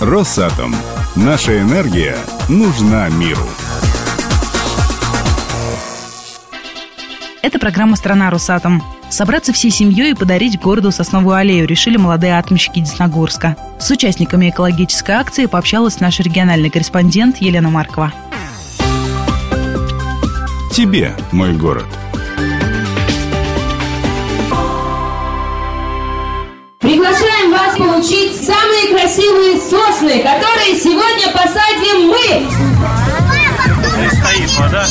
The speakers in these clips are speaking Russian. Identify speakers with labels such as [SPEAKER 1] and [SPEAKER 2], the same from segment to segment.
[SPEAKER 1] Росатом. Наша энергия нужна миру.
[SPEAKER 2] Это программа «Страна Росатом». Собраться всей семьей и подарить городу Сосновую аллею решили молодые атомщики Десногорска. С участниками экологической акции пообщалась наш региональный корреспондент Елена Маркова.
[SPEAKER 1] Тебе, мой город.
[SPEAKER 3] Приглашаем вас получить самые красивые сосны, которые сегодня посадим мы.
[SPEAKER 4] Стоит вода.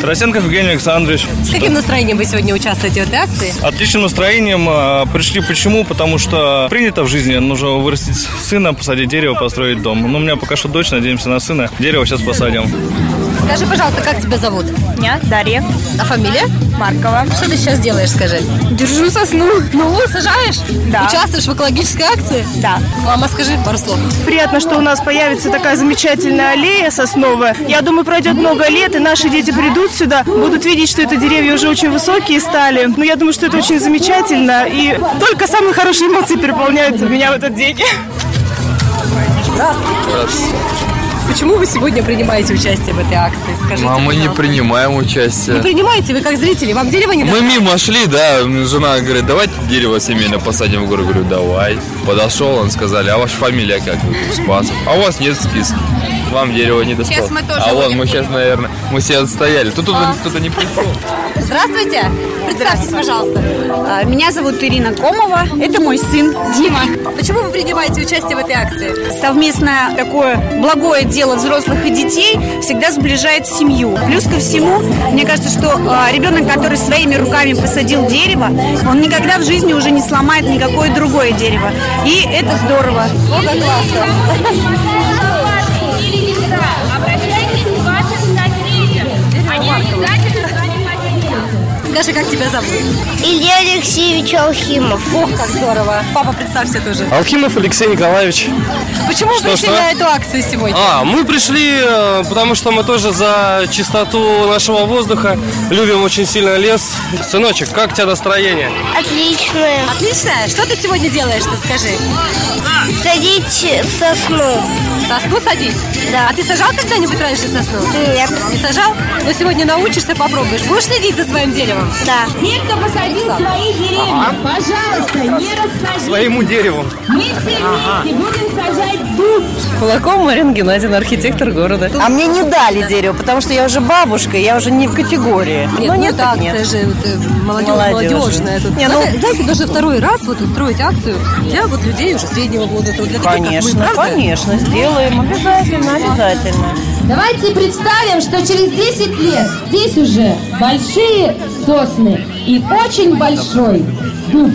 [SPEAKER 4] Тарасенко Евгений Александрович.
[SPEAKER 5] С каким настроением вы сегодня участвуете в этой акции?
[SPEAKER 4] С отличным настроением. а, Пришли почему? Потому что принято в жизни. Нужно вырастить сына, посадить дерево, построить дом. Но у меня пока что дочь, надеемся на сына. Дерево сейчас посадим.
[SPEAKER 5] Скажи, пожалуйста, как тебя зовут?
[SPEAKER 6] Меня Дарья
[SPEAKER 5] А фамилия?
[SPEAKER 6] Маркова.
[SPEAKER 5] Что ты сейчас делаешь, скажи?
[SPEAKER 6] Держу сосну.
[SPEAKER 5] Ну, сажаешь?
[SPEAKER 6] Да.
[SPEAKER 5] Участвуешь в экологической акции?
[SPEAKER 6] Да.
[SPEAKER 5] Мама, скажи пару слов.
[SPEAKER 6] Приятно, что у нас появится такая замечательная аллея сосновая. Я думаю, пройдет много лет, и наши дети придут сюда, будут видеть, что это деревья уже очень высокие стали. Но я думаю, что это очень замечательно, и только самые хорошие эмоции переполняют меня в этот день.
[SPEAKER 5] Почему вы сегодня принимаете участие в этой акции? Скажите,
[SPEAKER 7] А мы не
[SPEAKER 5] пожалуйста. Ну,
[SPEAKER 7] принимаем
[SPEAKER 5] Не
[SPEAKER 7] участие.
[SPEAKER 5] принимаете вы как зрители? Вам дерево не
[SPEAKER 7] Мы
[SPEAKER 5] дадут?
[SPEAKER 7] мимо шли, да, жена говорит, давайте дерево семейное посадим в гору. Говорю, давай. Подошел, он сказали, а ваша фамилия как? Я говорю, Спасов. А у вас нет списка. Вам дерево не досталось.
[SPEAKER 5] Сейчас мы тоже
[SPEAKER 7] а вон,
[SPEAKER 5] будем
[SPEAKER 7] мы сейчас, наверное, мы все отстояли. Тут кто-то кто-то не пришел.
[SPEAKER 5] Здравствуйте. Представьтесь, пожалуйста.
[SPEAKER 8] А, Меня зовут Ирина Комова. Это мой сын Дима.
[SPEAKER 5] Почему вы принимаете участие в этой акции?
[SPEAKER 8] Совместное такое благое дело взрослых и детей всегда сближает семью. Плюс ко всему, мне кажется, что а, ребенок, который своими руками посадил дерево, он никогда в жизни уже не сломает никакое другое дерево. И это здорово.
[SPEAKER 5] О, как классно.
[SPEAKER 9] Обращайтесь к вашим соседям. Они обязательно с вами поделятся.
[SPEAKER 5] Скажи, как тебя зовут?
[SPEAKER 10] Илья Алексеевич Алхимов.
[SPEAKER 5] Ох, как здорово. Папа, представься тоже.
[SPEAKER 11] Алхимов Алексей Николаевич.
[SPEAKER 5] Почему вы пришли
[SPEAKER 11] что?
[SPEAKER 5] на эту акцию сегодня?
[SPEAKER 11] А, мы пришли, э, потому что мы тоже за чистоту нашего воздуха. Любим очень сильно лес. Сыночек, как у тебя настроение?
[SPEAKER 10] Отличное.
[SPEAKER 5] Отлично. Что ты сегодня делаешь-то, скажи?
[SPEAKER 10] Садить сосну.
[SPEAKER 5] Сосну садить? Да. А ты сажал когда-нибудь раньше сосну?
[SPEAKER 10] Нет.
[SPEAKER 5] Не сажал? Но сегодня научишься, попробуешь. Будешь следить за своим деревом?
[SPEAKER 10] Да.
[SPEAKER 3] Те, кто посадил свои деревья, пожалуйста, не расходитесь.
[SPEAKER 4] Своему дереву.
[SPEAKER 3] Мы все вместе будем сажать дуб.
[SPEAKER 5] Кулаком Марин Геннадьевна, архитектор города.
[SPEAKER 8] А мне не дали дерево, потому что я уже бабушка, я уже не в категории.
[SPEAKER 5] Нет, ну, нет, акция же вот, э, молодежь-
[SPEAKER 8] Молодежная.
[SPEAKER 5] молодежная. Тут.
[SPEAKER 8] Не, ну-
[SPEAKER 5] Надо, знаете, даже второй раз вот устроить акцию для вот людей уже среднего возраста. Вот для таких, как мы, правда?
[SPEAKER 8] конечно, сделаем. Обязательно, обязательно.
[SPEAKER 3] Давайте представим, что через 10 лет здесь уже большие сосны и очень большой дуб.